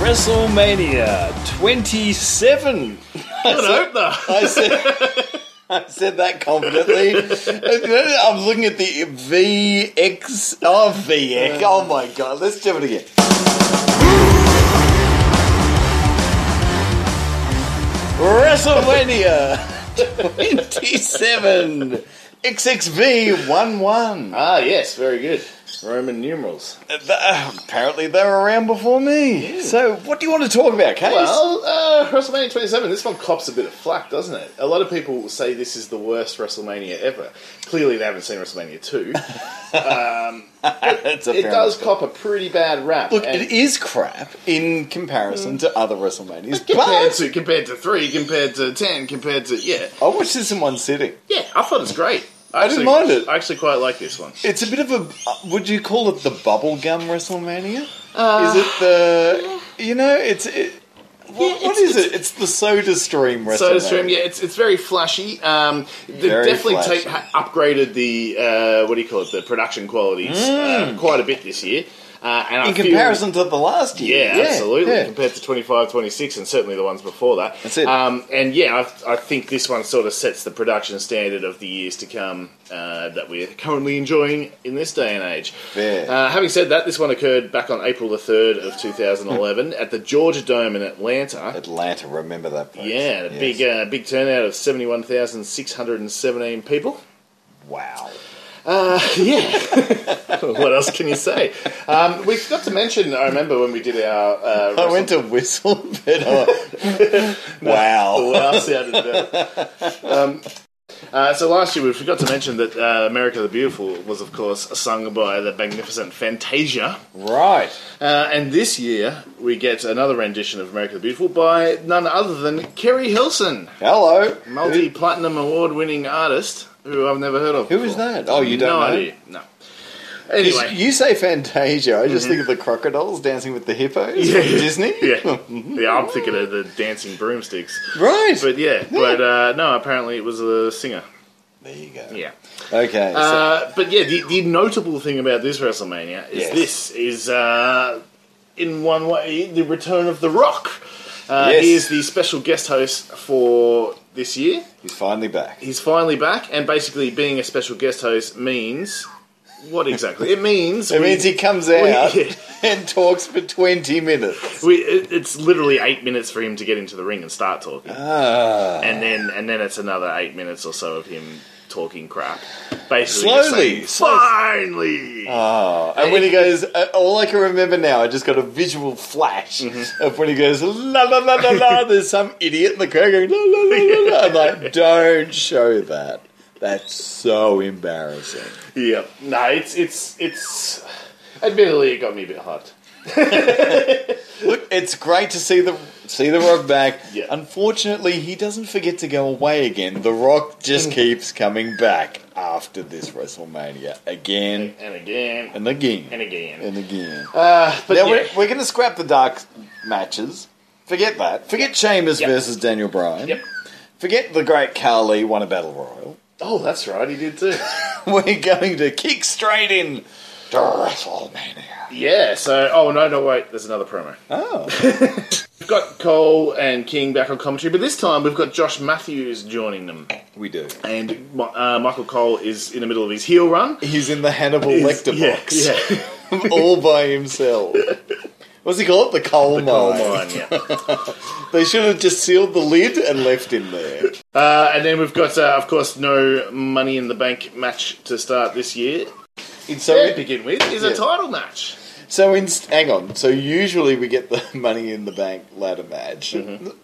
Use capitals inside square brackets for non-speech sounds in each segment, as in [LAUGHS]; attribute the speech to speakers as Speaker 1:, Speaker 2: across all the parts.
Speaker 1: WrestleMania 27.
Speaker 2: Good opener.
Speaker 1: I said, I said that confidently. I'm looking at the VX. Oh, VX. Oh my god. Let's do it again. [LAUGHS] WrestleMania 27 XXV11.
Speaker 2: ah, yes, very good. Roman numerals.
Speaker 1: Uh, Apparently they were around before me. So what do you want to talk about, Case? [LAUGHS]
Speaker 2: Well, uh, WrestleMania 27, this one cops a bit of flack, doesn't it? A lot of people say this is the worst WrestleMania ever. Clearly, they haven't seen WrestleMania
Speaker 1: [LAUGHS]
Speaker 2: 2.
Speaker 1: That's a
Speaker 2: it
Speaker 1: fair
Speaker 2: does
Speaker 1: enough.
Speaker 2: cop a pretty bad rap.
Speaker 1: Look,
Speaker 2: and
Speaker 1: it is crap in comparison to other WrestleManias,
Speaker 2: Compared
Speaker 1: but
Speaker 2: to, compared to 3, compared to 10, compared to. Yeah.
Speaker 1: I watched this in one sitting.
Speaker 2: Yeah, I thought it was great. I,
Speaker 1: didn't
Speaker 2: actually-
Speaker 1: mind it.
Speaker 2: I actually quite like this one.
Speaker 1: It's a bit of a. uh, Would you call it the bubblegum WrestleMania? is it the? You know, it's. It, what,
Speaker 2: Uh, Yeah,
Speaker 1: what
Speaker 2: it's-
Speaker 1: is it? It's the Soda Stream WrestleMania.
Speaker 2: So stream, yeah, it's it's very flashy. Um, they
Speaker 1: Very
Speaker 2: definitely
Speaker 1: flashy.
Speaker 2: take, ha- upgraded the uh, what do you call it? The production qualities uh, quite a bit this year. Uh, and I
Speaker 1: Mm. In
Speaker 2: feel-
Speaker 1: comparison to the last year,
Speaker 2: yeah, absolutely.
Speaker 1: yeah.
Speaker 2: Compared to 25, 26, and certainly the ones before that.
Speaker 1: That's it.
Speaker 2: Um, and yeah, I, I think this one sort of sets the production standard of the years to come uh, that we're currently enjoying in this day and age.
Speaker 1: Fair.
Speaker 2: Uh, having said that, this one occurred back on April the 3rd of 2011
Speaker 1: Hmm.
Speaker 2: at the Georgia Dome in Atlanta.
Speaker 1: Atlanta, remember that place?
Speaker 2: Yeah, and a
Speaker 1: Yes.
Speaker 2: big uh, big turnout of seventy one thousand six hundred and
Speaker 1: [LAUGHS]
Speaker 2: seventeen people.
Speaker 1: wow.
Speaker 2: Yeah, [LAUGHS] what else can you say? Um, we forgot to mention. I remember when we did our. Uh,
Speaker 1: I went to whistle,
Speaker 2: [LAUGHS]
Speaker 1: but I- wow.
Speaker 2: Well, that sounded better. [LAUGHS] Um, uh, so last year we forgot to mention that uh, "America the Beautiful" was, of course, sung by the magnificent Fantasia,
Speaker 1: Right.
Speaker 2: uh, and this year we get another rendition of "America the Beautiful" by none other than Kerry Hilson.
Speaker 1: Hello.
Speaker 2: multi platinum award winning artist who I've never heard of.
Speaker 1: Who is
Speaker 2: before.
Speaker 1: that? Oh, you don't
Speaker 2: no
Speaker 1: know?
Speaker 2: idea. No.
Speaker 1: You-
Speaker 2: Anyway, Mm-hmm.
Speaker 1: You say Fantasia. I just think of the crocodiles dancing with the hippos from Disney.
Speaker 2: [LAUGHS] [LAUGHS]
Speaker 1: [LAUGHS]
Speaker 2: yeah, yeah. I'm thinking of the dancing broomsticks,
Speaker 1: Right.
Speaker 2: but yeah, but uh, no. Apparently, it was a singer.
Speaker 1: there you go.
Speaker 2: Yeah.
Speaker 1: Okay. so-
Speaker 2: Uh, but yeah, the, the notable thing about this WrestleMania is
Speaker 1: Yes.
Speaker 2: this is uh, in one way the return of The Rock. Uh,
Speaker 1: Yes.
Speaker 2: He is the special guest host for this year.
Speaker 1: he's finally back.
Speaker 2: he's finally back, and basically being a special guest host means what exactly? It means
Speaker 1: [LAUGHS] It
Speaker 2: we-
Speaker 1: means he comes out [LAUGHS] and talks for 20 minutes.
Speaker 2: We, it, it's literally eight minutes for him to get into the ring and start talking,
Speaker 1: Ah.
Speaker 2: and then and then it's another eight minutes or so of him talking crap. Basically, just
Speaker 1: Slowly, Ah.
Speaker 2: saying,
Speaker 1: slow-
Speaker 2: finally.
Speaker 1: and when he goes, uh, all I can remember now, I just got a visual flash of when he goes, la la la la [LAUGHS] la, there's some idiot in the crowd going, la la la la la. I'm like, don't show that. That's so embarrassing.
Speaker 2: yeah, no, it's it's it's. Admittedly, it got me a bit hot.
Speaker 1: Look, it's great to see the see the Rock [LAUGHS] back.
Speaker 2: Yeah.
Speaker 1: Unfortunately, he doesn't forget to go away again. The Rock just keeps coming back after this WrestleMania again
Speaker 2: And again, and,
Speaker 1: and again
Speaker 2: again.
Speaker 1: and again.
Speaker 2: uh, but
Speaker 1: now
Speaker 2: yeah.
Speaker 1: we're, we're going to scrap the dark matches. Forget that. Forget Sheamus
Speaker 2: Yep.
Speaker 1: versus Daniel Bryan.
Speaker 2: Yep.
Speaker 1: Forget the great Carly won a battle royal. [LAUGHS]
Speaker 2: Oh, that's right, he did too.
Speaker 1: We're going to kick straight in to WrestleMania.
Speaker 2: Yeah, so oh no no wait, there's another promo.
Speaker 1: Oh,
Speaker 2: We've got Cole and King back on commentary, but this time we've got Josh Matthews joining them.
Speaker 1: we do.
Speaker 2: And Mi- uh, Michael Cole is in the middle of his heel run.
Speaker 1: He's in the Hannibal
Speaker 2: He's-
Speaker 1: Lecter
Speaker 2: yeah,
Speaker 1: box. [LAUGHS]
Speaker 2: Yeah,
Speaker 1: all by himself. What's he call it? The coal mine.
Speaker 2: Coal mine, yeah.
Speaker 1: They should have just sealed the lid and left him there.
Speaker 2: Uh, and then we've got, uh, of course, no Money in the Bank match to start this year.
Speaker 1: So,
Speaker 2: To begin with, is
Speaker 1: Yeah.
Speaker 2: a title match.
Speaker 1: so in, hang on. So usually we get the [LAUGHS] money in the bank ladder match.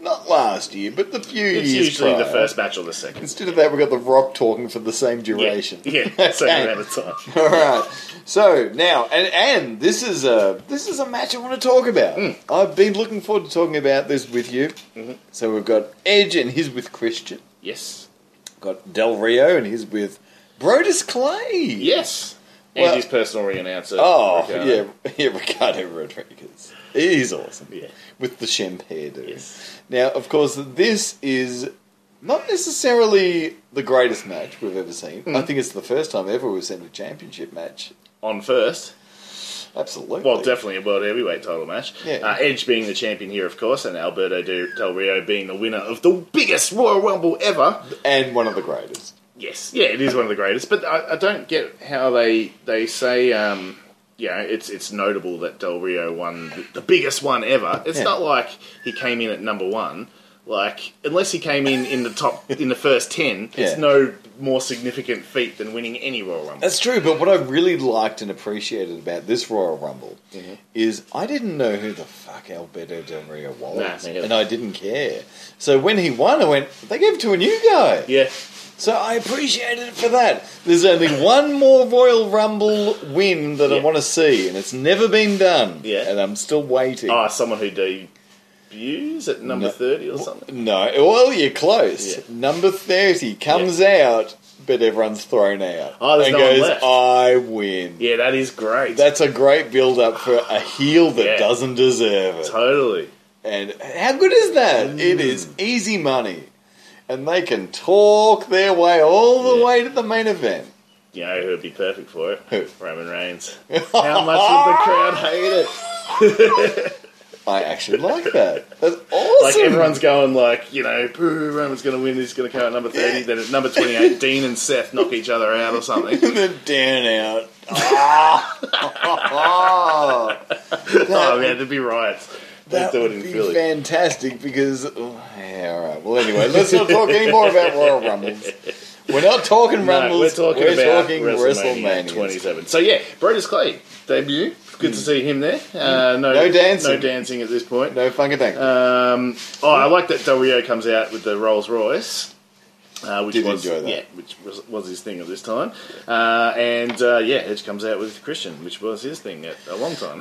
Speaker 1: Not last year, but the few
Speaker 2: Mm-hmm. It's
Speaker 1: years
Speaker 2: usually the
Speaker 1: prior.
Speaker 2: first match or the second.
Speaker 1: Instead of that, we got the Rock talking for the same
Speaker 2: Yeah,
Speaker 1: duration. [LAUGHS]
Speaker 2: yeah same
Speaker 1: Okay.
Speaker 2: amount of time.
Speaker 1: All right. So now, and, and this is a this is a match I want to talk about.
Speaker 2: Mm.
Speaker 1: I've been looking forward to talking about this with you.
Speaker 2: Mm-hmm.
Speaker 1: So we've got Edge and his with Christian.
Speaker 2: Yes.
Speaker 1: Got Del Rio and he's with Brodus Clay.
Speaker 2: Yes. And
Speaker 1: Well-
Speaker 2: his personal re-announcer.
Speaker 1: Oh,
Speaker 2: Ricardo.
Speaker 1: yeah, [LAUGHS] yeah, Ricardo Rodriguez. He's awesome.
Speaker 2: Yeah.
Speaker 1: With the Shemp hairdo.
Speaker 2: Yes.
Speaker 1: Now, of course, this is not necessarily the greatest match
Speaker 2: Hmm.
Speaker 1: we've ever seen. I think it's the first time ever we've seen a championship match
Speaker 2: On first.
Speaker 1: Absolutely.
Speaker 2: Well, definitely a world heavyweight title match.
Speaker 1: Yeah.
Speaker 2: Uh, Edge being the champion here, of course, and Alberto do- Del Rio being the winner of the biggest Royal Rumble ever.
Speaker 1: and one of the greatest.
Speaker 2: Yes, yeah, it is one of the greatest. But I, I don't get how they they say, um, you know, it's it's notable that Del Rio won the, the biggest one ever. It's
Speaker 1: Yeah.
Speaker 2: not like he came in at number one. Like, unless he came in in the top in the first ten,
Speaker 1: Yeah.
Speaker 2: it's no more significant feat than winning any Royal Rumble.
Speaker 1: That's true, but what I really liked and appreciated about this Royal Rumble
Speaker 2: Mm-hmm.
Speaker 1: is I didn't know who the fuck Alberto Del Rio was,
Speaker 2: Nah, me neither.
Speaker 1: and I didn't care. So when he won, I went, they gave it to a new guy.
Speaker 2: yeah,
Speaker 1: So I appreciated it for that. There's only one more Royal Rumble win that I
Speaker 2: Yeah.
Speaker 1: want to see, and it's never been done.
Speaker 2: Yeah.
Speaker 1: And I'm still waiting.
Speaker 2: ah, someone who debuts at number
Speaker 1: No.
Speaker 2: thirty or something.
Speaker 1: No, well, you're close.
Speaker 2: Yeah.
Speaker 1: Number 30 comes out, but everyone's thrown out.
Speaker 2: Oh, there's
Speaker 1: and
Speaker 2: no one
Speaker 1: goes,
Speaker 2: left.
Speaker 1: I win.
Speaker 2: Yeah, that is great.
Speaker 1: That's a great build up for a heel that
Speaker 2: Yeah.
Speaker 1: doesn't deserve it.
Speaker 2: totally.
Speaker 1: And how good is that?
Speaker 2: Mm.
Speaker 1: It is easy money. And they can talk their way all the
Speaker 2: Yeah.
Speaker 1: way to the main event.
Speaker 2: You know who would be perfect for it?
Speaker 1: Who?
Speaker 2: Roman Reigns. How much would the
Speaker 1: [LAUGHS]
Speaker 2: crowd hate it?
Speaker 1: Ah!
Speaker 2: [LAUGHS]
Speaker 1: I actually like that. That's
Speaker 2: Like
Speaker 1: [LAUGHS] awesome.
Speaker 2: everyone's going like, you know, boo, Roman's going to win. He's going to come at number thirty. Then at number twenty-eight, Dean and Seth knock each other out
Speaker 1: [LAUGHS]
Speaker 2: or something.
Speaker 1: and then down out. Ah!
Speaker 2: [LAUGHS] oh man, there'd be riots. They'd
Speaker 1: That
Speaker 2: do it
Speaker 1: would
Speaker 2: in
Speaker 1: be
Speaker 2: Philly.
Speaker 1: fantastic because. oh, yeah, all right. Well, anyway, let's not talk any more about Royal Rumbles. We're not talking
Speaker 2: No,
Speaker 1: Rumbles.
Speaker 2: we're talking
Speaker 1: we're
Speaker 2: about
Speaker 1: talking
Speaker 2: WrestleMania,
Speaker 1: WrestleManias.
Speaker 2: 27. So yeah, Brodus Clay debut. Good to see him there. Uh, no,
Speaker 1: Mm. No dancing.
Speaker 2: No dancing at this point.
Speaker 1: No funky thing.
Speaker 2: Um, oh, I like that Del Rio comes out with the Rolls Royce. Uh, which
Speaker 1: Did
Speaker 2: was,
Speaker 1: enjoy that.
Speaker 2: Yeah, which was, was his thing at this time. Uh, and uh, yeah, Edge comes out with Christian, which was his thing at a long time.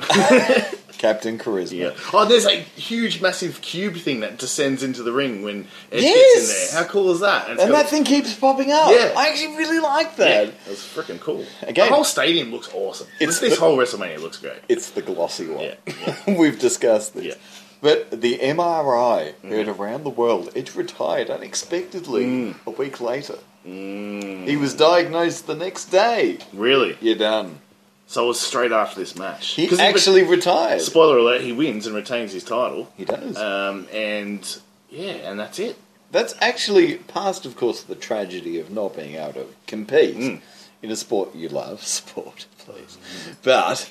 Speaker 1: Captain Charisma.
Speaker 2: yeah. Oh, there's a huge, massive cube thing that descends into the ring when Edge
Speaker 1: Yes!
Speaker 2: gets in there. How cool is that? it's
Speaker 1: And
Speaker 2: got-
Speaker 1: that thing keeps popping up.
Speaker 2: Yeah.
Speaker 1: I actually really like
Speaker 2: yeah,
Speaker 1: that.
Speaker 2: that was freaking cool.
Speaker 1: Again-
Speaker 2: the whole stadium looks awesome.
Speaker 1: It's
Speaker 2: It's this
Speaker 1: the-
Speaker 2: whole WrestleMania looks great.
Speaker 1: It's the glossy one. [LAUGHS]
Speaker 2: Yeah,
Speaker 1: We've discussed this.
Speaker 2: Yeah. Mm.
Speaker 1: But the MRI heard around the world. Edge retired unexpectedly
Speaker 2: Mm.
Speaker 1: a week later. He was diagnosed the next day.
Speaker 2: Really.
Speaker 1: You're done.
Speaker 2: So it was straight after this match.
Speaker 1: He
Speaker 2: 'Cause re-
Speaker 1: actually retired.
Speaker 2: spoiler alert, he wins and retains his title.
Speaker 1: he does.
Speaker 2: Um, and yeah, and that's it.
Speaker 1: That's actually past, of course, the tragedy of not being able to compete
Speaker 2: Mm.
Speaker 1: in a sport you love. [LAUGHS] Sport, please. But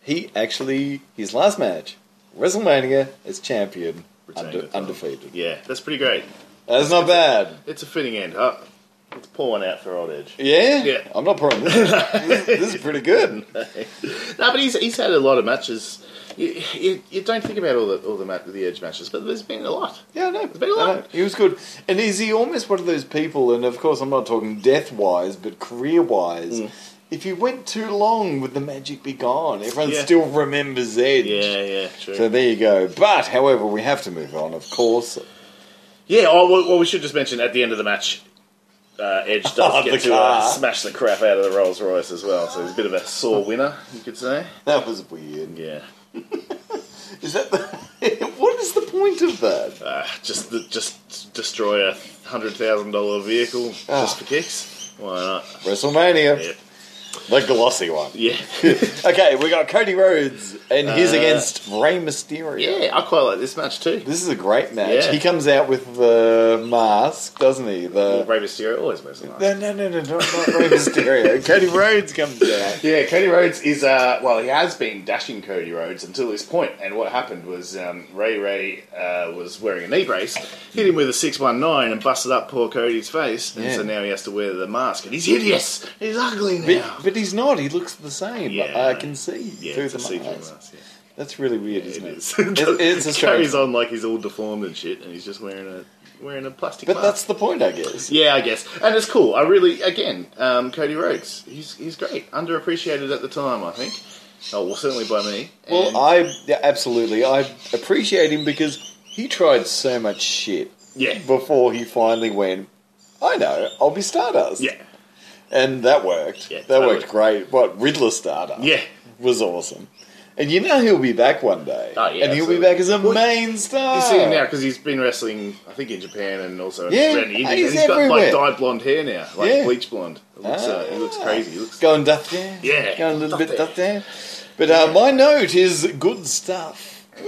Speaker 1: he actually, his last match, WrestleMania, as champion,
Speaker 2: Retained
Speaker 1: unde-
Speaker 2: the title.
Speaker 1: undefeated.
Speaker 2: Yeah, that's pretty great.
Speaker 1: That's not bad.
Speaker 2: It's a fitting end. Uh, let's pour one out for old Edge.
Speaker 1: Yeah?
Speaker 2: Yeah.
Speaker 1: I'm not pouring this. this. This is pretty
Speaker 2: [LAUGHS]
Speaker 1: good.
Speaker 2: No, but he's, he's had a lot of matches. You, you, you don't think about all the all the, ma- the Edge matches, but there's been a lot.
Speaker 1: Yeah, no,
Speaker 2: been a lot.
Speaker 1: He was good. And is he almost one of those people, and of course I'm not talking death-wise, but career-wise,
Speaker 2: Mm.
Speaker 1: if you went too long, would the magic be gone? Everyone
Speaker 2: Yeah.
Speaker 1: still remembers Edge.
Speaker 2: Yeah, yeah, true.
Speaker 1: So there you go. But, however, we have to move on, of course.
Speaker 2: yeah, oh, well, well, we should just mention at the end of the match, uh,
Speaker 1: [LAUGHS]
Speaker 2: Edge does
Speaker 1: Oh, the
Speaker 2: get to uh,
Speaker 1: car.
Speaker 2: smash the crap out of the Rolls Royce as well. So he's a bit of a
Speaker 1: [LAUGHS]
Speaker 2: sore winner, you could say.
Speaker 1: That was weird.
Speaker 2: Yeah.
Speaker 1: Is that the, [LAUGHS] what is the point of that?
Speaker 2: Uh, just the, just destroy a hundred thousand dollar vehicle
Speaker 1: Ah.
Speaker 2: just for kicks. Why not?
Speaker 1: WrestleMania,
Speaker 2: Yeah.
Speaker 1: the glossy one. [LAUGHS]
Speaker 2: Yeah,
Speaker 1: Okay, we got Cody Rhodes, and he's
Speaker 2: Uh,
Speaker 1: against Rey Mysterio.
Speaker 2: yeah, I quite like this
Speaker 1: [LAUGHS]
Speaker 2: match too.
Speaker 1: This is a great match.
Speaker 2: Yeah.
Speaker 1: He comes out with the mask, doesn't he?
Speaker 2: Well,
Speaker 1: The
Speaker 2: Rey Mysterio always wears a mask.
Speaker 1: no, no, no, no, not, not Rey
Speaker 2: [LAUGHS]
Speaker 1: Mysterio. Cody Rhodes comes out.
Speaker 2: Yeah, Cody Rhodes is uh, well, he has been dashing Cody Rhodes until this point, and what happened was um, Ray Ray uh, was wearing a knee brace, hit him with a six one nine, and busted up poor Cody's face, and
Speaker 1: Yeah.
Speaker 2: so now he has to wear the mask, and he's hideous, he's ugly now.
Speaker 1: But, but he's not. He looks the same.
Speaker 2: Yeah.
Speaker 1: I can see
Speaker 2: yeah,
Speaker 1: through
Speaker 2: it's a
Speaker 1: the
Speaker 2: CG
Speaker 1: mask.
Speaker 2: mask. Yeah.
Speaker 1: That's really weird,
Speaker 2: It
Speaker 1: isn't it?
Speaker 2: is. [LAUGHS]
Speaker 1: It's, it's a
Speaker 2: he carries
Speaker 1: strange.
Speaker 2: on like he's all deformed and shit, and he's just wearing a wearing a plastic.
Speaker 1: But
Speaker 2: mask.
Speaker 1: that's the point, I guess.
Speaker 2: yeah, I guess, and it's cool. I really, again, um, Cody Rhodes, he's he's great, underappreciated at the time, I think. Oh, well, certainly by me. And-
Speaker 1: Well, I yeah, absolutely I appreciate him because he tried so much shit
Speaker 2: yeah,
Speaker 1: before he finally went. I know I'll be Stardust.
Speaker 2: yeah,
Speaker 1: and that worked.
Speaker 2: Yeah,
Speaker 1: that
Speaker 2: totally.
Speaker 1: worked great. What Riddler Stardust?
Speaker 2: yeah.
Speaker 1: was awesome. And you know he'll be back one day.
Speaker 2: Oh, yeah,
Speaker 1: and he'll
Speaker 2: absolutely.
Speaker 1: be back as a
Speaker 2: Well,
Speaker 1: main star.
Speaker 2: You see him now because he's been wrestling, I think, in Japan and also
Speaker 1: Yeah,
Speaker 2: around the Indies.
Speaker 1: he's
Speaker 2: and he's got
Speaker 1: everywhere.
Speaker 2: like dyed blonde hair now, like
Speaker 1: Yeah.
Speaker 2: bleach blonde. It looks, uh, it looks crazy. It looks [LAUGHS]
Speaker 1: Going Ah. duck there.
Speaker 2: Yeah,
Speaker 1: Going a little
Speaker 2: duck
Speaker 1: bit
Speaker 2: there.
Speaker 1: duck there. But uh, my note is good stuff.
Speaker 2: no,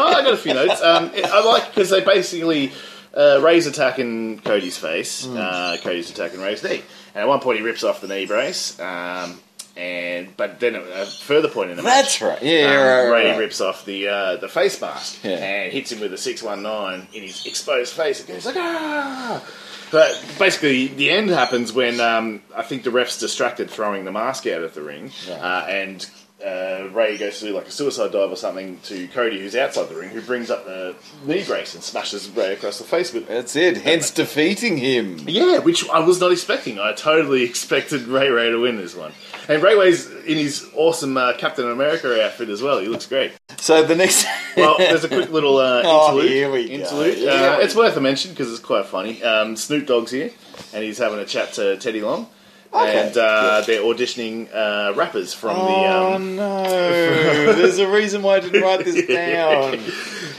Speaker 2: Oh, I got a few notes. Um, it- I like because they basically uh, Ray's attacking Cody's face,
Speaker 1: Hmm.
Speaker 2: uh, Cody's attacking Ray's knee, and at one point he rips off the knee brace. Um, and but then at a further point in the match,
Speaker 1: That's right. Yeah,
Speaker 2: um,
Speaker 1: right, right,
Speaker 2: Ray
Speaker 1: right.
Speaker 2: rips off the uh, the face mask
Speaker 1: Yeah.
Speaker 2: and hits him with a six one nine in his exposed face. It goes like ah. But basically, the end happens when um, I think the ref's distracted, throwing the mask out of the ring,
Speaker 1: Right.
Speaker 2: uh, and uh, Ray goes to do like a suicide dive or something to Cody, who's outside the ring, who brings up the knee brace and smashes Ray across the face with it.
Speaker 1: That's it. Hence defeating him.
Speaker 2: Yeah, which I was not expecting. I totally [LAUGHS] expected Ray Ray to win this one, and Ray Ray's in his awesome uh, Captain America outfit as well. He looks great.
Speaker 1: So the next. [LAUGHS]
Speaker 2: Well, there's a quick little uh,
Speaker 1: Oh,
Speaker 2: interlude.
Speaker 1: here we go.
Speaker 2: interlude.
Speaker 1: Yeah.
Speaker 2: Uh, it's worth a mention because it's quite funny. Um, Snoop Dogg's here, and he's having a chat to Teddy Long,
Speaker 1: Okay.
Speaker 2: and uh, they're auditioning uh, rappers from
Speaker 1: Oh
Speaker 2: the. Um,
Speaker 1: no! There's a reason why I didn't write
Speaker 2: [LAUGHS]
Speaker 1: this down.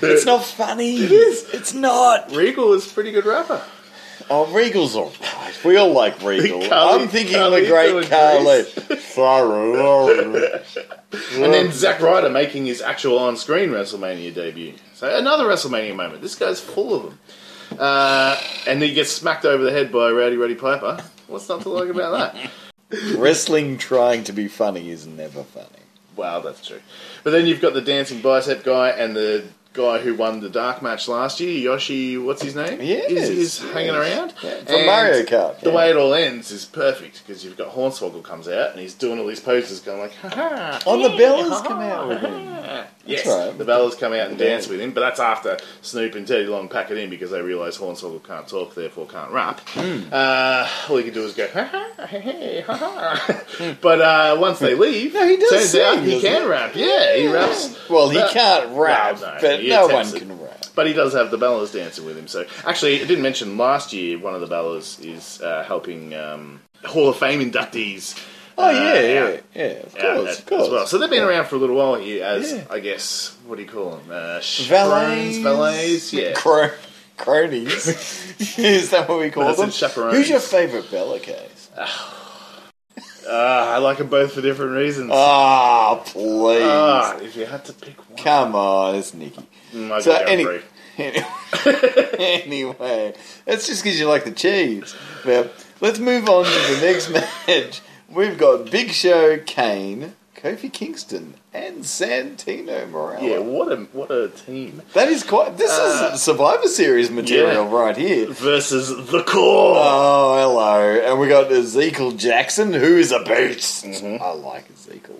Speaker 1: It's not funny. It is. It's not.
Speaker 2: Regal is a pretty good rapper.
Speaker 1: Oh, Regal's all right. We all like
Speaker 2: [LAUGHS]
Speaker 1: Regal.
Speaker 2: Carly-
Speaker 1: I'm thinking
Speaker 2: Carly
Speaker 1: of the great
Speaker 2: doing
Speaker 1: Carly. [LAUGHS] Sorry.
Speaker 2: And then Zack Ryder making his actual on-screen WrestleMania debut. So another WrestleMania moment. This guy's full of them. Uh, and he gets smacked over the head by Rowdy Roddy Piper. What's not to like about that?
Speaker 1: Wrestling trying to be funny is never funny.
Speaker 2: Wow, that's true. But then you've got the dancing bicep guy and the guy who won the dark match last year, Yoshi. What's his name?
Speaker 1: Yes,
Speaker 2: is, is
Speaker 1: yes.
Speaker 2: hanging around
Speaker 1: Yeah, from Mario Kart,
Speaker 2: The
Speaker 1: yeah.
Speaker 2: way it all ends is perfect because you've got Hornswoggle comes out and he's doing all these poses, going like, ha ha.
Speaker 1: Oh, the Bellas come out with him.
Speaker 2: Yes,
Speaker 1: right.
Speaker 2: the Bellas come out and dance with him, but that's after Snoop and Teddy Long pack it in because they realise Hornswoggle can't talk, therefore can't rap.
Speaker 1: Hmm.
Speaker 2: Uh, all he can do is go, ha ha, hey, hey, ha ha. [LAUGHS] But uh, once they leave,
Speaker 1: Hmm. No, he does
Speaker 2: turns out
Speaker 1: sing,
Speaker 2: he
Speaker 1: doesn't
Speaker 2: can
Speaker 1: he?
Speaker 2: rap. Yeah, he raps.
Speaker 1: Well, he
Speaker 2: But-
Speaker 1: can't rap,
Speaker 2: Well, no,
Speaker 1: but
Speaker 2: he
Speaker 1: no one
Speaker 2: attempts it.
Speaker 1: can rap.
Speaker 2: But he does have the Bellas dancing with him. So actually, I didn't mention last year one of the Bellas is uh, helping um, Hall of Fame inductees.
Speaker 1: Oh
Speaker 2: uh,
Speaker 1: yeah,
Speaker 2: out
Speaker 1: yeah, yeah. Of
Speaker 2: out
Speaker 1: course,
Speaker 2: at-
Speaker 1: of course.
Speaker 2: As well. So they've been around for a little while here as,
Speaker 1: Yeah.
Speaker 2: I guess, what do you call them? Uh, chaperones,
Speaker 1: Valets,
Speaker 2: valets, yeah.
Speaker 1: [LAUGHS] Cro- cronies. [LAUGHS] Is that what we call
Speaker 2: That's
Speaker 1: them?
Speaker 2: it, chaperones.
Speaker 1: Who's your favourite Bella case?
Speaker 2: Uh, I like them both for different reasons.
Speaker 1: Ah, please.
Speaker 2: Ah, if you had to pick one,
Speaker 1: Come on, it's Nikki.
Speaker 2: Mm, I'd
Speaker 1: So
Speaker 2: go
Speaker 1: any-
Speaker 2: Brie.
Speaker 1: Anyway, [LAUGHS] anyway, that's just because you like the cheese. Now, let's move on to the next [LAUGHS] match. We've got Big Show, Kane, Kofi Kingston, and Santino Morella.
Speaker 2: Yeah, Uh, what a what a team
Speaker 1: That is quite. This is Survivor Series material right here.
Speaker 2: versus the core.
Speaker 1: Oh, hello. And we got Ezekiel Jackson, who is a beast. I like Ezekiel.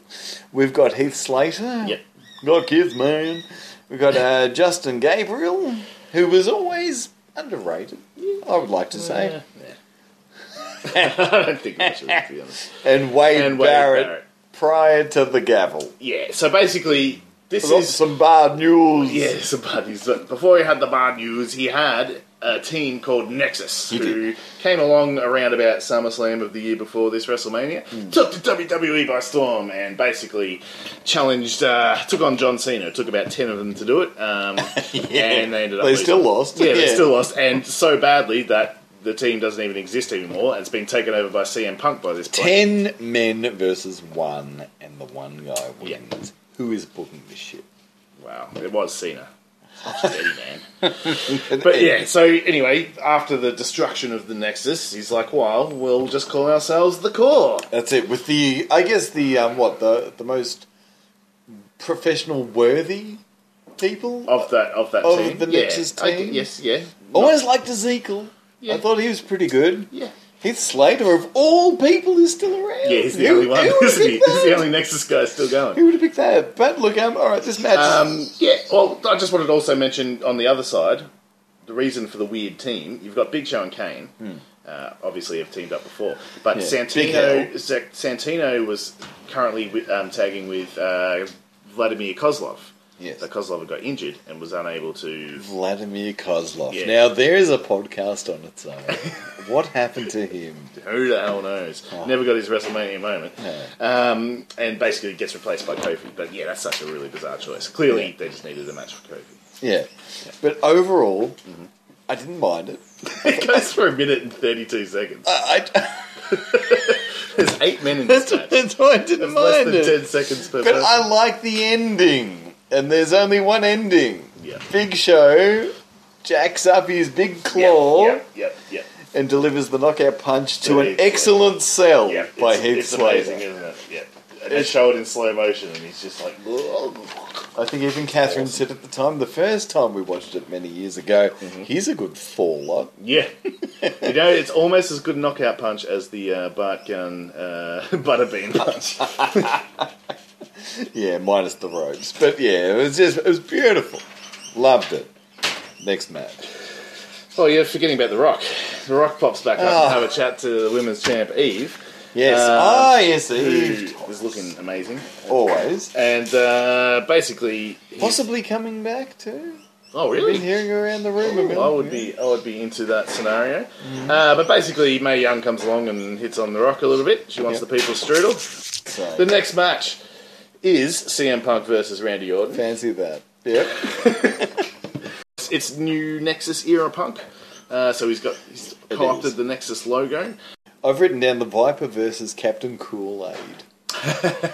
Speaker 1: We've got Heath Slater.
Speaker 2: Mm-hmm. Yep.
Speaker 1: Got kids, man. We've got uh, Justin Gabriel, who was always underrated, I would like to say.
Speaker 2: [LAUGHS] I don't think we should, to be honest.
Speaker 1: And Wade,
Speaker 2: And Wade
Speaker 1: Barrett,
Speaker 2: Barrett.
Speaker 1: prior to the gavel.
Speaker 2: Yeah. So basically, this
Speaker 1: We've got
Speaker 2: is
Speaker 1: some bad news. [LAUGHS]
Speaker 2: Yeah, some bad news. But uh, before he had the bad news, he had a team called Nexus
Speaker 1: He
Speaker 2: who came along around about SummerSlam of the year before this WrestleMania,
Speaker 1: Hmm.
Speaker 2: took the WWE E by storm, and basically challenged, uh, took on John Cena. It took about ten of them to do it,
Speaker 1: [LAUGHS]
Speaker 2: um, and they ended up.
Speaker 1: They
Speaker 2: losing.
Speaker 1: still lost.
Speaker 2: Yeah, they
Speaker 1: Yeah.
Speaker 2: still lost, and so badly that. The team doesn't even exist anymore, and it's been taken over by CM Punk by this point.
Speaker 1: Ten men versus one, and the one guy wins. Who is booking this shit?
Speaker 2: Wow, it was Cena. Such a dirty man. But [LAUGHS] yeah, so anyway, after the destruction of the Nexus, he's like, well, we'll just call ourselves the Core.
Speaker 1: That's it. With the, I guess the um, what the the most professional worthy people.
Speaker 2: Of that, of that
Speaker 1: Of
Speaker 2: team.
Speaker 1: the
Speaker 2: yeah.
Speaker 1: Nexus
Speaker 2: I-
Speaker 1: team?
Speaker 2: yes, yeah.
Speaker 1: Always liked Ezekiel. I
Speaker 2: Yeah.
Speaker 1: thought he was pretty good.
Speaker 2: Yeah.
Speaker 1: Heath Slater, of all people, is still around.
Speaker 2: Yeah, he's the
Speaker 1: Who-
Speaker 2: only one,
Speaker 1: Who would have
Speaker 2: isn't he?
Speaker 1: picked
Speaker 2: He's the
Speaker 1: that?
Speaker 2: only Nexus guy still going.
Speaker 1: Who would have picked that? But look, um, all right, this match.
Speaker 2: Um, yeah, well, I just wanted to also mention on the other side the reason for the weird team. You've got Big Show and Kane. Uh, obviously, have teamed up before, but
Speaker 1: Yeah, Big
Speaker 2: Santino
Speaker 1: L.
Speaker 2: Zac- Santino was currently wi- um, tagging with uh, Vladimir Kozlov.
Speaker 1: Yes.
Speaker 2: So Kozlov got injured and was unable to.
Speaker 1: Vladimir Kozlov.
Speaker 2: Yeah.
Speaker 1: Now there is a podcast on its
Speaker 2: [LAUGHS]
Speaker 1: own. what happened to him?
Speaker 2: Who the hell knows?
Speaker 1: Oh.
Speaker 2: Never got his WrestleMania moment.
Speaker 1: No.
Speaker 2: Um, and basically gets replaced by Kofi. But yeah, that's such a really bizarre choice. Clearly,
Speaker 1: Yeah.
Speaker 2: they just needed a match for Kofi. [LAUGHS]
Speaker 1: Yeah. But overall,
Speaker 2: Mm-hmm.
Speaker 1: I didn't mind it.
Speaker 2: it goes for a minute and 32 seconds.
Speaker 1: I, I,
Speaker 2: There's eight men in this
Speaker 1: [LAUGHS] that's,
Speaker 2: match.
Speaker 1: that's why I didn't
Speaker 2: It's less
Speaker 1: mind
Speaker 2: than
Speaker 1: it.
Speaker 2: 10 seconds per
Speaker 1: But
Speaker 2: person.
Speaker 1: I like the ending. And there's only one ending.
Speaker 2: Yeah.
Speaker 1: Big Show jacks up his big claw
Speaker 2: Yep, yep, yep.
Speaker 1: and delivers the knockout punch to
Speaker 2: Yeah,
Speaker 1: an
Speaker 2: it's-
Speaker 1: excellent sell
Speaker 2: yep.
Speaker 1: by
Speaker 2: it's,
Speaker 1: Heath
Speaker 2: it's
Speaker 1: Slater.
Speaker 2: amazing, isn't it? Yeah. And they show it in slow motion, and he's just like,
Speaker 1: I think even Catherine said at the time, the first time we watched it many years ago,
Speaker 2: Mm-hmm.
Speaker 1: he's a good faller. [LAUGHS]
Speaker 2: yeah. you know, it's almost as good a knockout punch as the uh, Bart Gun uh, [LAUGHS] Butterbean punch.
Speaker 1: Yeah, minus the ropes. But yeah, it was just, it was beautiful. Loved it. Next match.
Speaker 2: oh, you're forgetting about The Rock. The Rock pops back up
Speaker 1: Oh.
Speaker 2: and have a chat to the women's champ, Eve,
Speaker 1: Yes.
Speaker 2: Uh,
Speaker 1: ah, yes,
Speaker 2: who
Speaker 1: Eve.
Speaker 2: is looking amazing.
Speaker 1: Always.
Speaker 2: And uh, basically, he's-
Speaker 1: Possibly coming back too.
Speaker 2: oh
Speaker 1: I've been
Speaker 2: really?
Speaker 1: hearing around the room a bit.
Speaker 2: I would be, I would be into that scenario. Uh, but basically, May Young comes along and hits on the rock a little bit. She wants
Speaker 1: Yep.
Speaker 2: the people's strudel.
Speaker 1: So,
Speaker 2: The next match is CM Punk versus Randy Orton.
Speaker 1: fancy that. Yep.
Speaker 2: It's, it's new Nexus era Punk. Uh, so he's got he's co-opted
Speaker 1: is.
Speaker 2: the Nexus logo.
Speaker 1: I've written down the Viper versus Captain Kool
Speaker 2: [LAUGHS]
Speaker 1: Aid.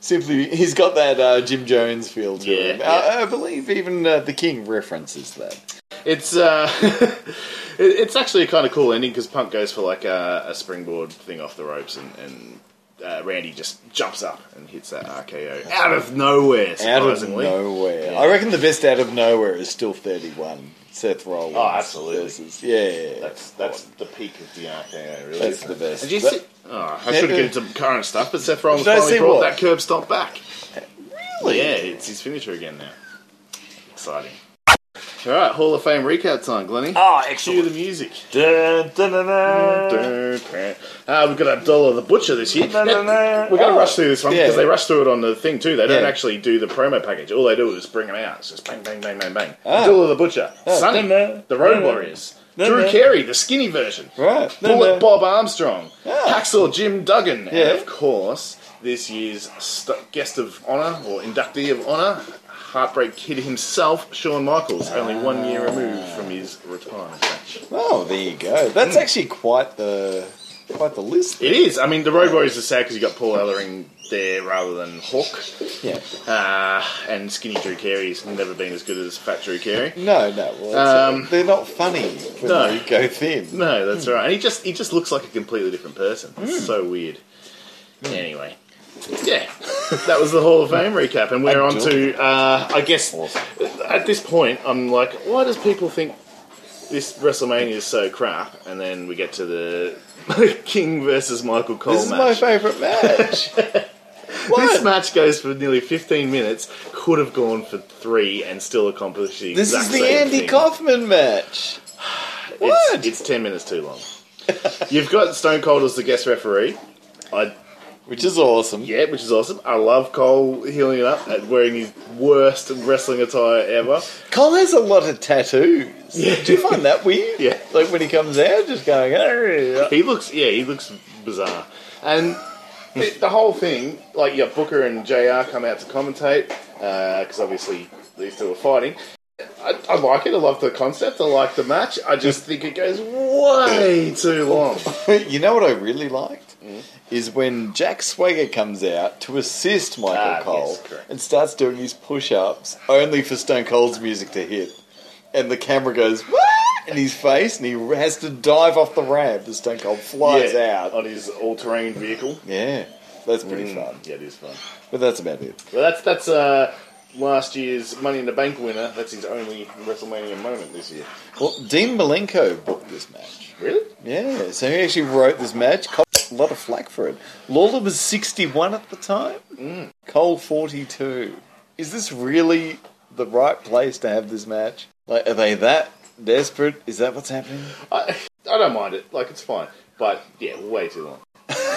Speaker 1: Simply, he's got that uh, Jim Jones feel to
Speaker 2: Yeah,
Speaker 1: him. I, I believe even uh, the King references that.
Speaker 2: It's uh, [LAUGHS] it, it's actually a kind of cool ending because Punk goes for like a, a springboard thing off the ropes and. and uh, Randy just jumps up and hits that RKO out of
Speaker 1: Out
Speaker 2: nowhere.
Speaker 1: of
Speaker 2: Surprisingly,
Speaker 1: nowhere.
Speaker 2: Yeah.
Speaker 1: I reckon the best out of nowhere is still 31. Seth Rollins.
Speaker 2: Oh, absolutely.
Speaker 1: versus- yeah.
Speaker 2: That's that's the peak of the RKO, really.
Speaker 1: That's the best.
Speaker 2: Did you
Speaker 1: That-
Speaker 2: see? Oh, I should have given some current stuff, but Seth Rollins
Speaker 1: Did I
Speaker 2: finally
Speaker 1: see
Speaker 2: brought
Speaker 1: what?
Speaker 2: that curb stomp back.
Speaker 1: Really?
Speaker 2: Yeah, it's his finisher again now. Exciting. All right, Hall of Fame recap time, Glenny.
Speaker 1: Oh,
Speaker 2: Cue the music.
Speaker 1: Dun, dun, dun, dun.
Speaker 2: Ah, we've got Abdullah the Butcher this year.
Speaker 1: No, no, no.
Speaker 2: We're going to
Speaker 1: Oh.
Speaker 2: rush through this one
Speaker 1: Yeah.
Speaker 2: because they rush through it on the thing too. They don't
Speaker 1: Yeah.
Speaker 2: actually do the promo package. All they do is bring them out. It's just bang, bang, bang, bang, bang.
Speaker 1: Ah.
Speaker 2: Abdullah the Butcher, Sonny,
Speaker 1: no, no.
Speaker 2: the Road
Speaker 1: No, no.
Speaker 2: Warriors,
Speaker 1: No,
Speaker 2: Drew
Speaker 1: no.
Speaker 2: Carey, the skinny version,
Speaker 1: Right. No,
Speaker 2: Bullet
Speaker 1: no.
Speaker 2: Bob Armstrong,
Speaker 1: Ah.
Speaker 2: Hacksaw Jim Duggan,
Speaker 1: Yeah.
Speaker 2: and of course this year's st- guest of honor or inductee of honor, Heartbreak Kid himself, Shawn Michaels, only one year removed from his retirement match.
Speaker 1: Oh, there you go. That's
Speaker 2: Hmm.
Speaker 1: actually quite the quite the list.
Speaker 2: It is. I mean, the Road Warriors are sad because you got Paul Ellering there rather than Hawk,
Speaker 1: Yeah.
Speaker 2: uh, and Skinny Drew Carey's never been as good as Fat Drew Carey.
Speaker 1: No, no. Well, that's-
Speaker 2: Um,
Speaker 1: they're not funny when
Speaker 2: no.
Speaker 1: they go thin.
Speaker 2: No, that's right. And he just he just looks like a completely different person. It's
Speaker 1: Mm.
Speaker 2: so weird. Anyway. Yeah, that was the Hall of Fame recap, and we're on to, uh, I guess,
Speaker 1: Awesome.
Speaker 2: at this point, I'm like, why does people think this WrestleMania is so crap? And then we get to the [LAUGHS] King versus Michael Cole
Speaker 1: This is
Speaker 2: match.
Speaker 1: my favourite
Speaker 2: [LAUGHS]
Speaker 1: match.
Speaker 2: This
Speaker 1: what?
Speaker 2: match goes for nearly 15 minutes, could have gone for three and still accomplished the
Speaker 1: This
Speaker 2: exact
Speaker 1: is the
Speaker 2: same
Speaker 1: Andy
Speaker 2: thing.
Speaker 1: Kaufman match. What?
Speaker 2: It's, it's 10 minutes too long. [LAUGHS] You've got Stone Cold as the guest referee. I
Speaker 1: Which is awesome.
Speaker 2: Yeah, which is awesome. I love Cole healing it up and wearing his worst wrestling attire ever.
Speaker 1: Cole has a lot of tattoos. Do you find that weird?
Speaker 2: Yeah.
Speaker 1: Like when he comes out, just going, "Arr."
Speaker 2: He looks, yeah, he looks bizarre. And the, the whole thing, like, you got Booker and JR come out to commentate, because obviously these two are fighting. I, I like it. I love the concept. I like the match. I just think it goes way too long.
Speaker 1: [LAUGHS] you know what I really liked? Is when Jack Swagger comes out to assist Michael
Speaker 2: Ah, yes,
Speaker 1: Cole
Speaker 2: correct.
Speaker 1: and starts doing his push ups only for Stone Cold's music to hit. And the camera goes, what? In his face, and he has to dive off the ramp as Stone Cold [LAUGHS] flies
Speaker 2: Yeah,
Speaker 1: out.
Speaker 2: on his all-terrain vehicle.
Speaker 1: Yeah. That's pretty fun.
Speaker 2: Yeah, it is fun.
Speaker 1: But that's about it.
Speaker 2: Well, that's that's uh, last year's Money in the Bank winner. That's his only WrestleMania moment this year.
Speaker 1: Well, Dean Malenko booked this match.
Speaker 2: Really?
Speaker 1: Yeah, so he actually wrote this match. Cole got a lot of flack for it. Lawler was 61 at the time, Cole 42. Is this really the right place to have this match? Like, are they that desperate? Is that what's happening?
Speaker 2: I, I don't mind it. Like, it's fine. But, yeah, way too long.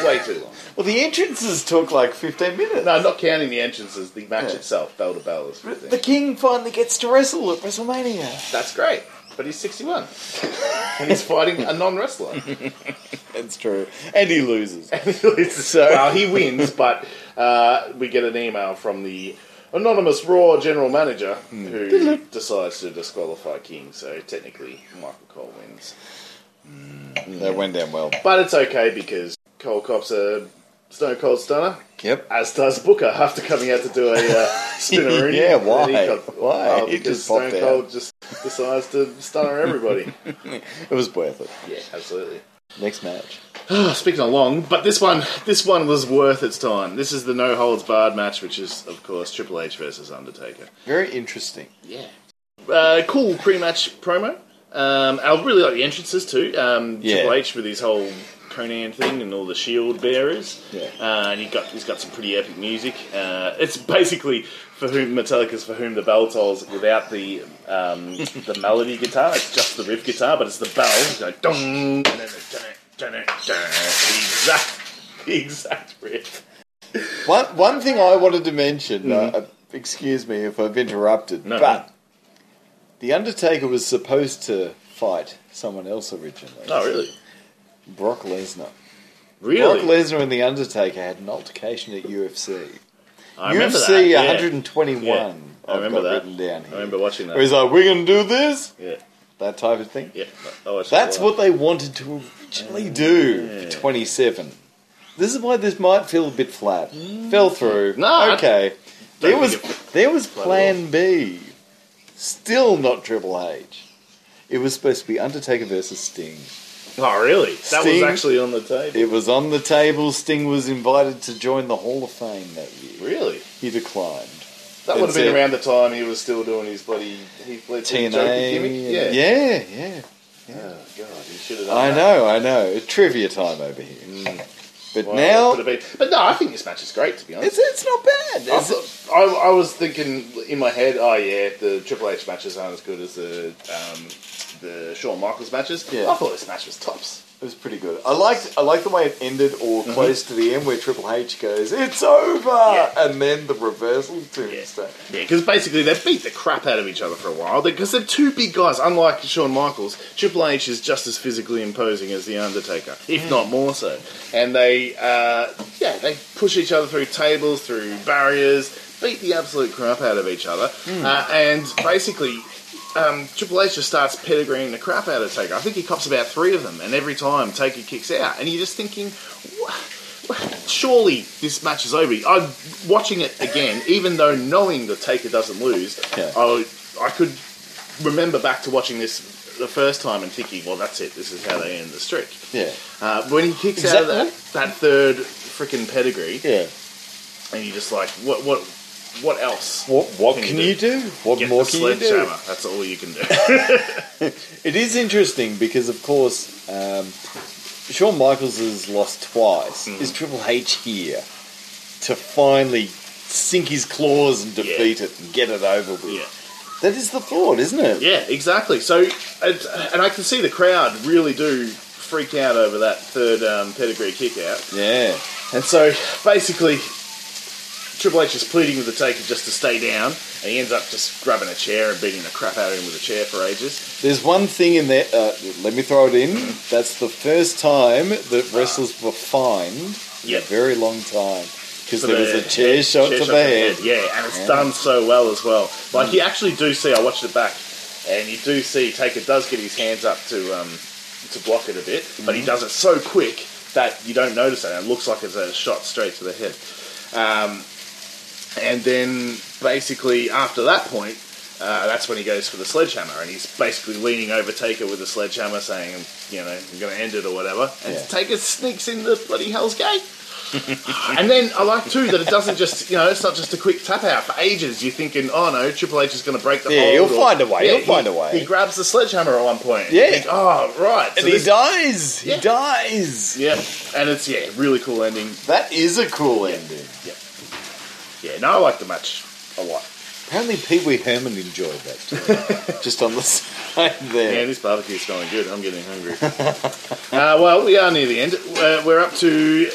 Speaker 2: way too long.
Speaker 1: Well, the entrances took like 15 minutes.
Speaker 2: No, not counting the entrances, the match
Speaker 1: Yeah.
Speaker 2: itself, bell to bell. is the
Speaker 1: The
Speaker 2: thing.
Speaker 1: king finally gets to wrestle at WrestleMania.
Speaker 2: That's great. But he's
Speaker 1: [LAUGHS]
Speaker 2: 61. and he's fighting a non wrestler.
Speaker 1: That's true. And he loses.
Speaker 2: so. Well, he wins, but uh, we get an email from the anonymous Raw general manager
Speaker 1: Hmm.
Speaker 2: who decides to disqualify King, so technically Michael Cole wins.
Speaker 1: That went down well.
Speaker 2: But it's okay because Cole cops a Stone Cold Stunner,
Speaker 1: Yep.
Speaker 2: as does Booker after coming out to do a
Speaker 1: [LAUGHS]
Speaker 2: uh, spinner.
Speaker 1: Yeah, why? Why?
Speaker 2: Well,
Speaker 1: It
Speaker 2: Oh, because
Speaker 1: just
Speaker 2: Stone
Speaker 1: popped out.
Speaker 2: Cold just decides to stunner
Speaker 1: [LAUGHS]
Speaker 2: everybody.
Speaker 1: It was worth it.
Speaker 2: yeah, absolutely.
Speaker 1: Next match.
Speaker 2: Oh, [SIGHS] speaking of long, but this one, this one was worth its time. This is the no holds barred match, which is of course Triple H versus Undertaker.
Speaker 1: Very interesting.
Speaker 2: Yeah, uh, cool pre-match promo. Um, I really like the entrances too. Um,
Speaker 1: Yeah.
Speaker 2: Triple H with his whole Conan thing and all the shield bearers.
Speaker 1: Yeah.
Speaker 2: uh, and he got he's got some pretty epic music. Uh, it's basically for whom Metallica's for whom the bell tolls without the um, the melody guitar. It's just the riff guitar, but it's the bell. It's like dong, dun, dun, dun, dun, dun, dun. The exact the exact riff.
Speaker 1: One, one thing I wanted to mention, uh, uh, excuse me if I've interrupted,
Speaker 2: Mm-hmm. No.
Speaker 1: but The Undertaker was supposed to fight someone else originally.
Speaker 2: Oh, really?
Speaker 1: Brock Lesnar. Brock
Speaker 2: Really?
Speaker 1: Lesnar and The Undertaker had an altercation at UFC.
Speaker 2: I remember that,
Speaker 1: UFC
Speaker 2: yeah.
Speaker 1: 121.
Speaker 2: Yeah. I
Speaker 1: I've
Speaker 2: remember
Speaker 1: got
Speaker 2: that.
Speaker 1: written down here.
Speaker 2: I remember watching that.
Speaker 1: Where he's like, we're going to do this?
Speaker 2: Yeah.
Speaker 1: That type of thing.
Speaker 2: Yeah, I watched
Speaker 1: That's
Speaker 2: that a lot.
Speaker 1: what they wanted to originally do for 27. This is why this might feel a bit flat. Fell through.
Speaker 2: Mm. No, I-
Speaker 1: okay.
Speaker 2: don't
Speaker 1: There was
Speaker 2: think
Speaker 1: there was
Speaker 2: flat at
Speaker 1: plan B. Still not Triple H. It was supposed to be Undertaker versus Sting.
Speaker 2: Oh, really? That was
Speaker 1: Sting.
Speaker 2: actually on the table.
Speaker 1: It was on the table. Sting was invited to join the Hall of Fame that year.
Speaker 2: Really?
Speaker 1: He declined.
Speaker 2: That would have
Speaker 1: That's it.
Speaker 2: been around the time he was still doing his bloody Heath Ledger
Speaker 1: TNA.
Speaker 2: joker gimmick. Yeah.
Speaker 1: yeah, yeah.
Speaker 2: Oh, God, he should have done
Speaker 1: I
Speaker 2: that.
Speaker 1: know, I know. Trivia time over here.
Speaker 2: Mm.
Speaker 1: But
Speaker 2: Well, it
Speaker 1: now
Speaker 2: could have been- But no, I think this match is great, to be honest.
Speaker 1: it's it's not bad.
Speaker 2: I,
Speaker 1: It's-
Speaker 2: thought- I, I was thinking in my head, oh yeah, the Triple H matches aren't as good as the um, the Shawn Michaels matches.
Speaker 1: Yeah.
Speaker 2: I thought this match was tops.
Speaker 1: It was pretty good. I liked I liked the way it ended or close to the end where Triple H goes, "It's over,"
Speaker 2: Mm-hmm. Yeah.
Speaker 1: and then the reversal tombstone.
Speaker 2: Yeah, because basically they beat the crap out of each other for a while. Because they're two big guys. Unlike Shawn Michaels, Triple H is just as physically imposing as the Undertaker, if not more so. And they, uh, yeah, they push each other through tables, through barriers, beat the absolute crap out of each other, uh, and basically. Um, Triple H just starts pedigreeing the crap out of Taker. I think he cops about three of them, and every time Taker kicks out, and you're just thinking, surely this match is over. I'm watching it again, even though knowing that Taker doesn't lose,
Speaker 1: Yeah.
Speaker 2: I, I could remember back to watching this the first time and thinking, well, that's it. This is how they end the streak.
Speaker 1: Yeah,
Speaker 2: Uh, when he kicks out of that, that third freaking pedigree,
Speaker 1: yeah.
Speaker 2: and you're just like, what, what, what else?
Speaker 1: What what
Speaker 2: Can
Speaker 1: can,
Speaker 2: you
Speaker 1: you do? What
Speaker 2: Get
Speaker 1: more
Speaker 2: the
Speaker 1: can you do?
Speaker 2: sledgehammer. That's all you can do.
Speaker 1: It is interesting because, of course, um, Shawn Michaels has lost twice.
Speaker 2: Mm.
Speaker 1: Is Triple H here to finally sink his claws and defeat it and get it over with?
Speaker 2: yeah.
Speaker 1: That is the thought, isn't it?
Speaker 2: Yeah, exactly. So, and, and I can see the crowd really do freak out over that third um, pedigree kick out.
Speaker 1: Yeah.
Speaker 2: And so basically, Triple H is pleading with the Taker just to stay down, and he ends up just grabbing a chair and beating the crap out of him with a chair for ages.
Speaker 1: There's one thing in there. Uh, let me throw it in. That's the first time that wrestlers were fined
Speaker 2: Yeah.
Speaker 1: in a very long time because
Speaker 2: For
Speaker 1: there was
Speaker 2: the
Speaker 1: a chair shot to the head.
Speaker 2: Yeah, and it's
Speaker 1: Yeah. Hmm.
Speaker 2: done so well as well. Like, you actually do see, I watched it back, and you do see Taker does get his hands up to, um, to block it a bit, but
Speaker 1: Hmm.
Speaker 2: he does it so quick that you don't notice it, and it looks like it's a shot straight to the head. Um, and then basically after that point, uh, that's when he goes for the sledgehammer, and he's basically leaning over Taker with the sledgehammer, saying, "You know, I'm going to end it or whatever." And
Speaker 1: Yeah.
Speaker 2: Taker sneaks in the bloody Hell's Gate. [LAUGHS] and then I like too that it doesn't just you know it's not just a quick tap out for ages. You're thinking, oh no, Triple H is going to break the
Speaker 1: Yeah,
Speaker 2: hold.
Speaker 1: he'll
Speaker 2: or-
Speaker 1: find a way, he'll
Speaker 2: he-
Speaker 1: find a way.
Speaker 2: He grabs the sledgehammer at one point. and you
Speaker 1: Yeah.
Speaker 2: think, oh right. So
Speaker 1: And he
Speaker 2: this-
Speaker 1: dies.
Speaker 2: Yeah.
Speaker 1: He dies.
Speaker 2: yeah, and it's yeah, really cool ending.
Speaker 1: That is a cool ending.
Speaker 2: Yeah, no, I like the match a lot.
Speaker 1: [LAUGHS] Apparently, Pee Wee Herman enjoyed that. Too. Just on the s- right
Speaker 2: Yeah,
Speaker 1: there.
Speaker 2: this barbecue's smelling good. I'm getting hungry. [LAUGHS] uh, well, we are near the end. Uh, we're up to the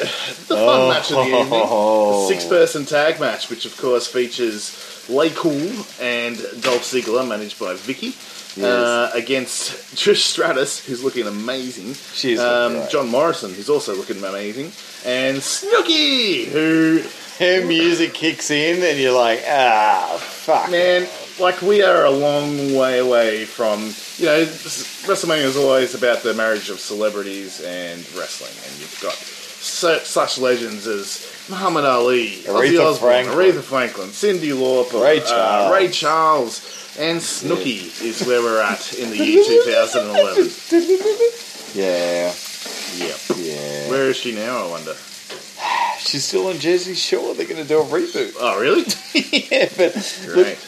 Speaker 2: fun match of the evening.
Speaker 1: [LAUGHS] Oh,
Speaker 2: The six-person tag match, which of course features Lay Cool and Dolph Ziggler, managed by Vicky, uh, against [LAUGHS] Trish Stratus, who's looking amazing.
Speaker 1: She's
Speaker 2: um,
Speaker 1: looking great.
Speaker 2: John Morrison, who's also looking amazing, and Snooki, who
Speaker 1: Her music kicks in, and you're like, ah, fuck.
Speaker 2: Man, like we are a long way away from you know this- WrestleMania is always about the marriage of celebrities and wrestling, and you've got so, such legends as Muhammad Ali, Ozzy
Speaker 1: Aretha
Speaker 2: Osbourne,
Speaker 1: Franklin.
Speaker 2: Aretha Franklin, Cindy Lauper,
Speaker 1: Ray
Speaker 2: uh,
Speaker 1: Charles.
Speaker 2: Ray Charles, and Snooki is where we're at in the
Speaker 1: [LAUGHS]
Speaker 2: year 2011.
Speaker 1: Yeah,
Speaker 2: Yep.
Speaker 1: yeah.
Speaker 2: Where is she now? I wonder.
Speaker 1: She's still on Jersey Shore. They're going to do a reboot. [LAUGHS]
Speaker 2: Oh, really?
Speaker 1: yeah, but look,
Speaker 2: Great.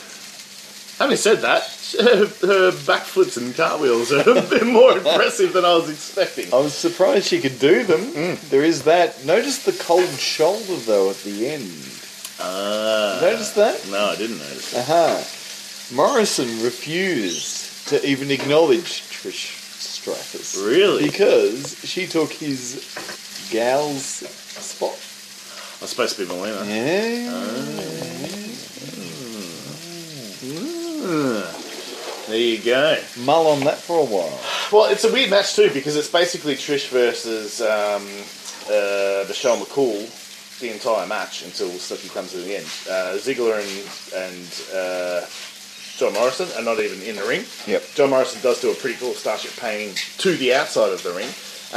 Speaker 2: Having said that, [LAUGHS] her, her backflips and cartwheels are a bit more
Speaker 1: [LAUGHS]
Speaker 2: impressive than I was expecting.
Speaker 1: I was surprised she could do them.
Speaker 2: Mm.
Speaker 1: There is that. Notice the cold shoulder though at the end.
Speaker 2: Ah.
Speaker 1: Notice that?
Speaker 2: No, I didn't notice.
Speaker 1: Uh huh. Morrison refused to even acknowledge Trish Stratus.
Speaker 2: Really?
Speaker 1: Because she took his gal's spot.
Speaker 2: I'm supposed to be Melina.
Speaker 1: Yeah.
Speaker 2: Oh. There you go.
Speaker 1: Mull on that for a while.
Speaker 2: Well, it's a weird match too because it's basically Trish versus um, uh, Michelle McCool the entire match until Snooki comes to the end. Uh, Ziggler and and uh, John Morrison are not even in the ring.
Speaker 1: Yep.
Speaker 2: John Morrison does do a pretty cool Starship Pain to the outside of the ring,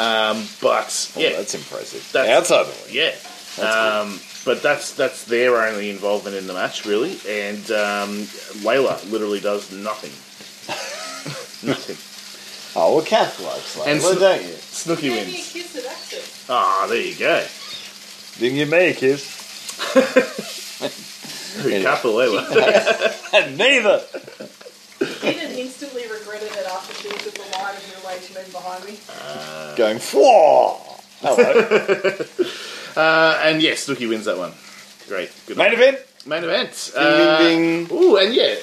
Speaker 2: um, but
Speaker 1: Oh,
Speaker 2: yeah,
Speaker 1: that's impressive.
Speaker 2: That's-
Speaker 1: Outside the ring.
Speaker 2: Yeah. um, But that's that's their only involvement in the match, really. And um, Layla literally does [LAUGHS] nothing. nothing.
Speaker 1: Oh, well, Kath likes that.
Speaker 2: And
Speaker 1: well,
Speaker 2: Sn-
Speaker 1: don't you?
Speaker 2: Snooki
Speaker 3: Give me a
Speaker 2: wins.
Speaker 3: kiss of access.
Speaker 2: Ah, there you go.
Speaker 1: Didn't you make it?
Speaker 2: Who cut the Layla?
Speaker 1: Neither.
Speaker 3: You didn't instantly regret it after she took the line of your rage men behind me.
Speaker 1: Going, Fwah!
Speaker 2: [LAUGHS]
Speaker 1: Hello.
Speaker 2: Uh, [LAUGHS] and yes, Snooki wins that one. Great. Good
Speaker 1: Main
Speaker 2: night.
Speaker 1: event.
Speaker 2: Main event.
Speaker 1: Ding,
Speaker 2: Uh,
Speaker 1: ding, ding.
Speaker 2: Ooh, and yeah.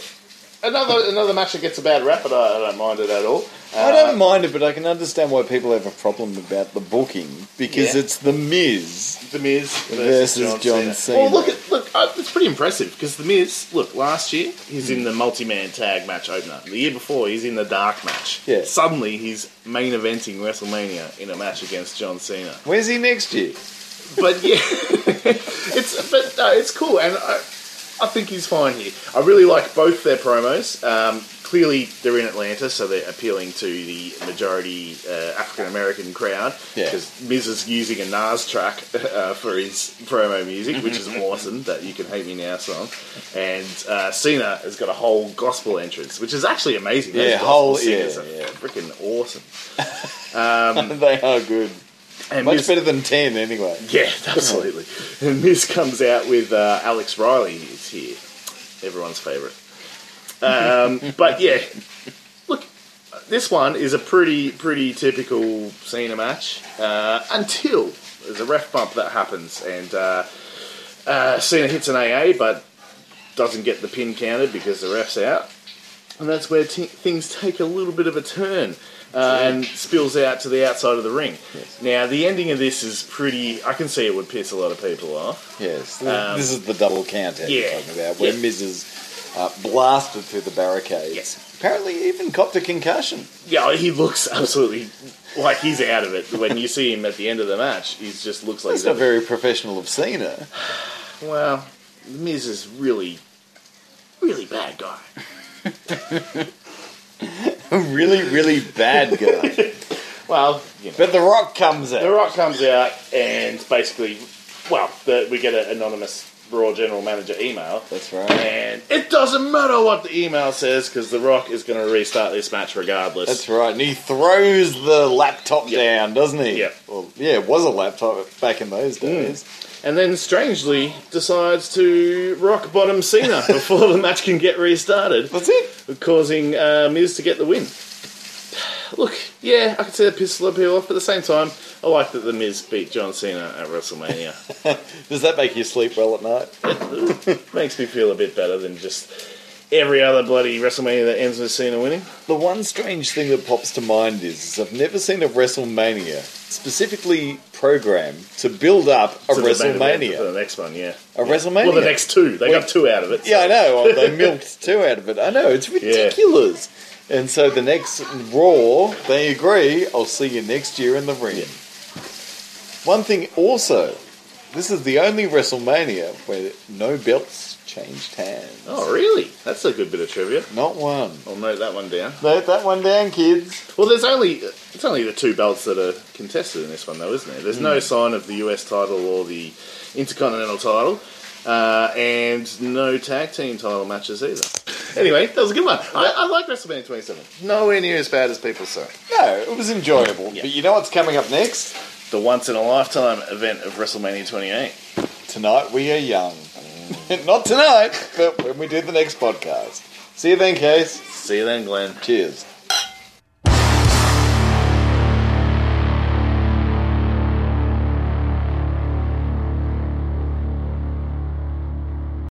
Speaker 2: Another another match that gets a bad rap, but I, I don't mind it at all.
Speaker 1: I don't mind it, but I can understand why people have a problem about the booking because
Speaker 2: Yeah.
Speaker 1: it's the Miz.
Speaker 2: The Miz
Speaker 1: Versus John Cena.
Speaker 2: Well, look, at, look, uh, it's pretty impressive because the Miz. Look, last year he's in the multi-man tag match opener. The year before he's in the dark match.
Speaker 1: Yeah.
Speaker 2: Suddenly he's main eventing WrestleMania in a match against John Cena.
Speaker 1: Where's he next year?
Speaker 2: But yeah, [LAUGHS] it's but no, it's cool, and I, I think he's fine here. I really like both their promos. Um, clearly, they're in Atlanta, so they're appealing to the majority uh, African American crowd.
Speaker 1: Yeah.
Speaker 2: Because Miz is using a Nas track [LAUGHS] uh, for his promo music, which
Speaker 1: [LAUGHS]
Speaker 2: is awesome. That you can hate me now song, and uh, Cena has got a whole gospel entrance, which is actually amazing. Those
Speaker 1: Yeah,
Speaker 2: gospel
Speaker 1: whole-
Speaker 2: singers
Speaker 1: yeah,
Speaker 2: are
Speaker 1: yeah.
Speaker 2: freaking awesome.
Speaker 1: [LAUGHS] they are good.
Speaker 2: And
Speaker 1: Much
Speaker 2: Miz-
Speaker 1: better than 10, anyway.
Speaker 2: Yeah, [LAUGHS] absolutely. And Miz comes out with uh, Alex Riley is here, everyone's favourite. Um, but yeah, look, this one is a pretty pretty typical Cena match uh, until there's a ref bump that happens and uh, uh, Cena hits an AA but doesn't get the pin counted because the ref's out, and that's where t- things take a little bit of a turn. Uh, and spills out to the outside of the ring. Now, the ending of this is pretty. I can see it would piss a lot of people off.
Speaker 1: Yes.
Speaker 2: Um,
Speaker 1: this is the double counter
Speaker 2: yeah.
Speaker 1: you're talking about, where
Speaker 2: Yeah.
Speaker 1: Miz is uh, blasted through the barricades.
Speaker 2: Yes.
Speaker 1: Apparently, even copped a concussion.
Speaker 2: Yeah, he looks absolutely like he's out of it. When you see him at the end of the match, he just looks like
Speaker 1: That's
Speaker 2: he's
Speaker 1: not very professional of Cena. [LAUGHS]
Speaker 2: Well, the Miz is really, really bad guy.
Speaker 1: A really, really bad
Speaker 2: [LAUGHS]
Speaker 1: guy.
Speaker 2: Well, you know,
Speaker 1: but The Rock comes
Speaker 2: The
Speaker 1: out.
Speaker 2: Rock comes out and basically, well, the, we get an anonymous Raw general manager email,
Speaker 1: That's right.
Speaker 2: and it doesn't matter what the email says because The Rock is going to restart this match regardless.
Speaker 1: That's right. And he throws the laptop
Speaker 2: Yep.
Speaker 1: down, doesn't he?
Speaker 2: Yep.
Speaker 1: Well, yeah, it was a laptop back in
Speaker 2: Mm.
Speaker 1: those days.
Speaker 2: and then strangely decides to rock bottom Cena [LAUGHS] before the match can get restarted.
Speaker 1: That's it.
Speaker 2: causing uh, Miz to get the win. Look, yeah, I can see that pissed a lot of people off, but at the same time, I like that the Miz beat John Cena at WrestleMania. [LAUGHS]
Speaker 1: Does that make you sleep well at night?
Speaker 2: Makes me feel a bit better than just every other bloody WrestleMania that ends with Cena winning.
Speaker 1: The one strange thing that pops to mind is, is I've never seen a WrestleMania specifically programmed to build up a
Speaker 2: So they made it for
Speaker 1: WrestleMania.
Speaker 2: the next one, yeah.
Speaker 1: A WrestleMania.
Speaker 2: Well, the next two, they got two out of it.
Speaker 1: Yeah, I know. Well,
Speaker 2: [LAUGHS]
Speaker 1: they milked two out of it. I know it's ridiculous. And so the next Raw, they agree. I'll see you next year in the ring. One thing also, this is the only WrestleMania where no belts changed hands.
Speaker 2: Oh, really? That's a good bit of trivia.
Speaker 1: Not one.
Speaker 2: I'll note that one down.
Speaker 1: Note that one down, kids.
Speaker 2: Well, there's only it's only the two belts that are contested in this one, though, isn't there? There's no sign of the US title or the Intercontinental title, uh, and no tag team title matches either. Anyway, that was a good one. I, I like WrestleMania 27. Nowhere near as bad as people say.
Speaker 1: No, it was enjoyable. But you know what's coming up next?
Speaker 2: The once in a lifetime event of WrestleMania 28.
Speaker 1: Tonight we are young. [LAUGHS] Not tonight, but when we do the next podcast. See you then, Case.
Speaker 2: See you then, Glenn.
Speaker 1: Cheers.